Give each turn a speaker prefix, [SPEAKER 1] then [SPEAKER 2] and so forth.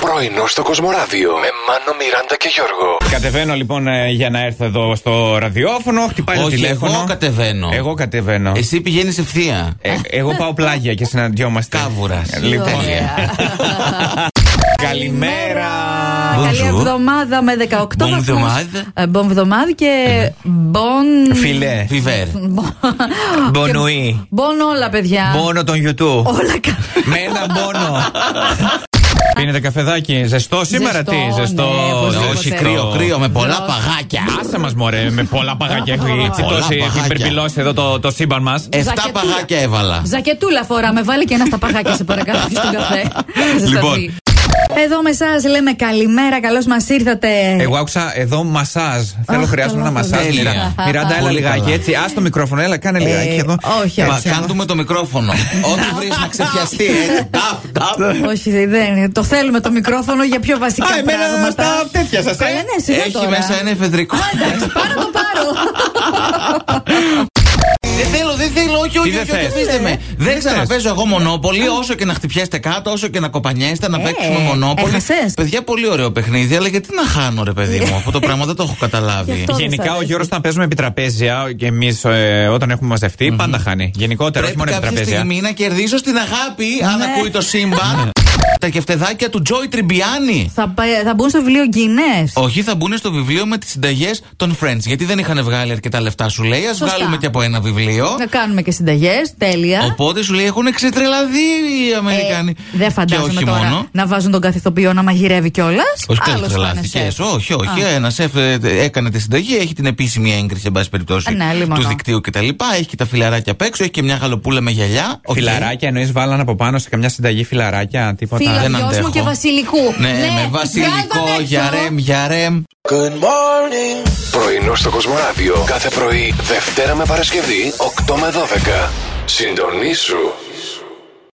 [SPEAKER 1] Πρωινό στο Κοσμοράδιο με Μάνο, Μιράντα και Γιώργο.
[SPEAKER 2] Κατεβαίνω λοιπόν ε, για να έρθω εδώ στο ραδιόφωνο. Χτυπάει το
[SPEAKER 3] Όχι,
[SPEAKER 2] τηλέφωνο.
[SPEAKER 3] εγώ κατεβαίνω.
[SPEAKER 2] Εγώ κατεβαίνω.
[SPEAKER 3] Εσύ πηγαίνεις ευθεία.
[SPEAKER 2] Ε, εγώ πάω πλάγια και συναντιόμαστε.
[SPEAKER 3] Κάβουρας.
[SPEAKER 2] Ε, Λοιπόν.
[SPEAKER 3] Ωραία.
[SPEAKER 2] Καλημέρα.
[SPEAKER 4] Καλή
[SPEAKER 3] Bonjour.
[SPEAKER 4] εβδομάδα με 18
[SPEAKER 3] Bon
[SPEAKER 4] βαθμούς.
[SPEAKER 3] εβδομάδα.
[SPEAKER 4] Ε, Bon εβδομάδα και bon...
[SPEAKER 2] Φιλέ.
[SPEAKER 3] Φιβέρ.
[SPEAKER 2] Bon
[SPEAKER 4] και
[SPEAKER 2] nuit.
[SPEAKER 4] Bon όλα παιδιά.
[SPEAKER 2] Μόνο τον YouTube.
[SPEAKER 4] Όλα καλά.
[SPEAKER 2] Με ένα μόνο. Πίνετε καφεδάκι. Ζεστό σήμερα,
[SPEAKER 4] Ζεστό,
[SPEAKER 2] τι
[SPEAKER 4] ναι,
[SPEAKER 2] ζεστό.
[SPEAKER 4] οπωσδήποτε.
[SPEAKER 3] Ε, Όχι, κρύο, κρύο, με πολλά παγάκια.
[SPEAKER 2] Άσε μας, μωρέ, με πολλά παγάκια έχει
[SPEAKER 3] Πολλά
[SPEAKER 2] τσιτώσει, έχει
[SPEAKER 3] παγάκια.
[SPEAKER 2] υπερπυλώσει εδώ το, το σύμπαν μας.
[SPEAKER 3] Εφτά
[SPEAKER 4] Ζακετούλα.
[SPEAKER 3] παγάκια έβαλα.
[SPEAKER 4] Ζακετούλα φοράμε, βάλει και ένα στα παγάκια σε παρακαλώ και στον καφέ. Θα ζεσταθεί.
[SPEAKER 3] Λοιπόν.
[SPEAKER 4] Εδώ με εσάς λέμε καλημέρα, καλώς μας ήρθατε.
[SPEAKER 3] ε.
[SPEAKER 2] Εγώ άκουσα εδώ μασάζ. Θέλω,
[SPEAKER 4] Αχ,
[SPEAKER 2] χρειάζομαι ένα
[SPEAKER 4] καλά,
[SPEAKER 2] μασάζ.
[SPEAKER 3] τέλεια.
[SPEAKER 2] Μιρά- Μιράντα, έλα
[SPEAKER 3] Πολύ
[SPEAKER 2] λιγάκι
[SPEAKER 3] καλά.
[SPEAKER 2] έτσι. Ας το μικρόφωνο, έλα, κάνε λιγάκι
[SPEAKER 4] Ε,
[SPEAKER 2] εδώ.
[SPEAKER 4] όχι,
[SPEAKER 3] Μα
[SPEAKER 4] όχι.
[SPEAKER 3] κάνουμε το μικρόφωνο. Ό,τι βρεις να ε, ξεπιαστεί. έτσι. Ταπ, ταπ.
[SPEAKER 4] Όχι, δεν είναι. Το θέλουμε το μικρόφωνο για πιο βασικά
[SPEAKER 2] Α, εμένα
[SPEAKER 4] πράγματα.
[SPEAKER 2] στα τέτοια σας, ε.
[SPEAKER 4] Καλά, ναι, σιγά
[SPEAKER 3] Έχει
[SPEAKER 4] τώρα.
[SPEAKER 3] μέσα ένα εφεδρικό.
[SPEAKER 4] Εντάξει, πάρω το πάρω.
[SPEAKER 3] Δεν θέλω, δεν θέλω, όχι, όχι,
[SPEAKER 2] δεν
[SPEAKER 3] όχι, όχι,
[SPEAKER 2] θες?
[SPEAKER 3] αφήστε
[SPEAKER 4] Ε,
[SPEAKER 3] με. Δεν ξαναπέζω εγώ μονόπολη, όσο και να χτυπιέστε κάτω, όσο και να κοπανιέστε, να παίξουμε μονόπολη.
[SPEAKER 4] Ε, έχασες.
[SPEAKER 3] Παιδιά, πολύ ωραίο παιχνίδι, αλλά γιατί να χάνω, ρε παιδί μου. Αυτό το πράγμα δεν το έχω
[SPEAKER 4] Γι'
[SPEAKER 3] καταλάβει.
[SPEAKER 4] αυτό- Τώρα
[SPEAKER 2] Γενικά
[SPEAKER 4] σας
[SPEAKER 2] ο
[SPEAKER 4] αρέσει.
[SPEAKER 2] Γιώργος όταν παίζουμε επί τραπέζια και εμείς όταν έχουμε μαζευτεί, πάντα χάνει. Γενικότερα, όχι
[SPEAKER 3] Πρέπει
[SPEAKER 2] μόνο επί
[SPEAKER 3] κάποια
[SPEAKER 2] τραπέζια.
[SPEAKER 3] στιγμή να κερδίσω στην αγάπη, αν
[SPEAKER 4] Ναι.
[SPEAKER 3] ακούει το σύμπαν. Τα κεφτεδάκια του Τζόι Τριμπιάνι.
[SPEAKER 4] θα, πα- θα μπουν στο βιβλίο Γκινέ.
[SPEAKER 3] Όχι, θα μπουν στο βιβλίο με τις συνταγές των Friends. Γιατί δεν είχαν βγάλει αρκετά λεφτά, σου λέει. Ας
[SPEAKER 4] Σωστά. Ναι,
[SPEAKER 3] βγάλουμε και από ένα βιβλίο.
[SPEAKER 4] Θα κάνουμε και συνταγές. Τέλεια.
[SPEAKER 3] Οπότε σου λέει έχουν ξετρελαδεί οι Αμερικάνοι.
[SPEAKER 4] Ε, δεν
[SPEAKER 3] Και
[SPEAKER 4] φαντάζομαι
[SPEAKER 3] όχι
[SPEAKER 4] τώρα
[SPEAKER 3] μόνο.
[SPEAKER 4] να βάζουν τον καθηθοποιό να μαγειρεύει κιόλας.
[SPEAKER 3] Όχι κάτι τρελαθικέ. Όχι, όχι. Ένα σεφ ε, έκανε τη συνταγή, έχει την επίσημη έγκριση, εν πάση περιπτώσει,
[SPEAKER 4] Ε, ναι, λίμωνο.
[SPEAKER 3] του δικτύου κτλ. Έχει και τα φιλαράκια απ' έξω, έχει και μια γαλοπούλα με γυαλιά. Οκ.
[SPEAKER 2] Φιλαράκια εννοείς βάλαν από πάνω σε καμιά συνταγή φιλαράκια, τίποτα.
[SPEAKER 4] Φίλα
[SPEAKER 3] δεν
[SPEAKER 4] δυο
[SPEAKER 3] αντέχω.
[SPEAKER 4] μου και βασιλικού.
[SPEAKER 3] Ναι, με
[SPEAKER 4] βγάλ'
[SPEAKER 3] βασιλικό,
[SPEAKER 4] τον
[SPEAKER 3] για
[SPEAKER 4] έξω.
[SPEAKER 3] ρεμ, για ρεμ.
[SPEAKER 1] Πρωινό στο Κοσμοράδιο κάθε πρωί, Δευτέρα με Παρασκευή, 8 με 12. Συντονίσου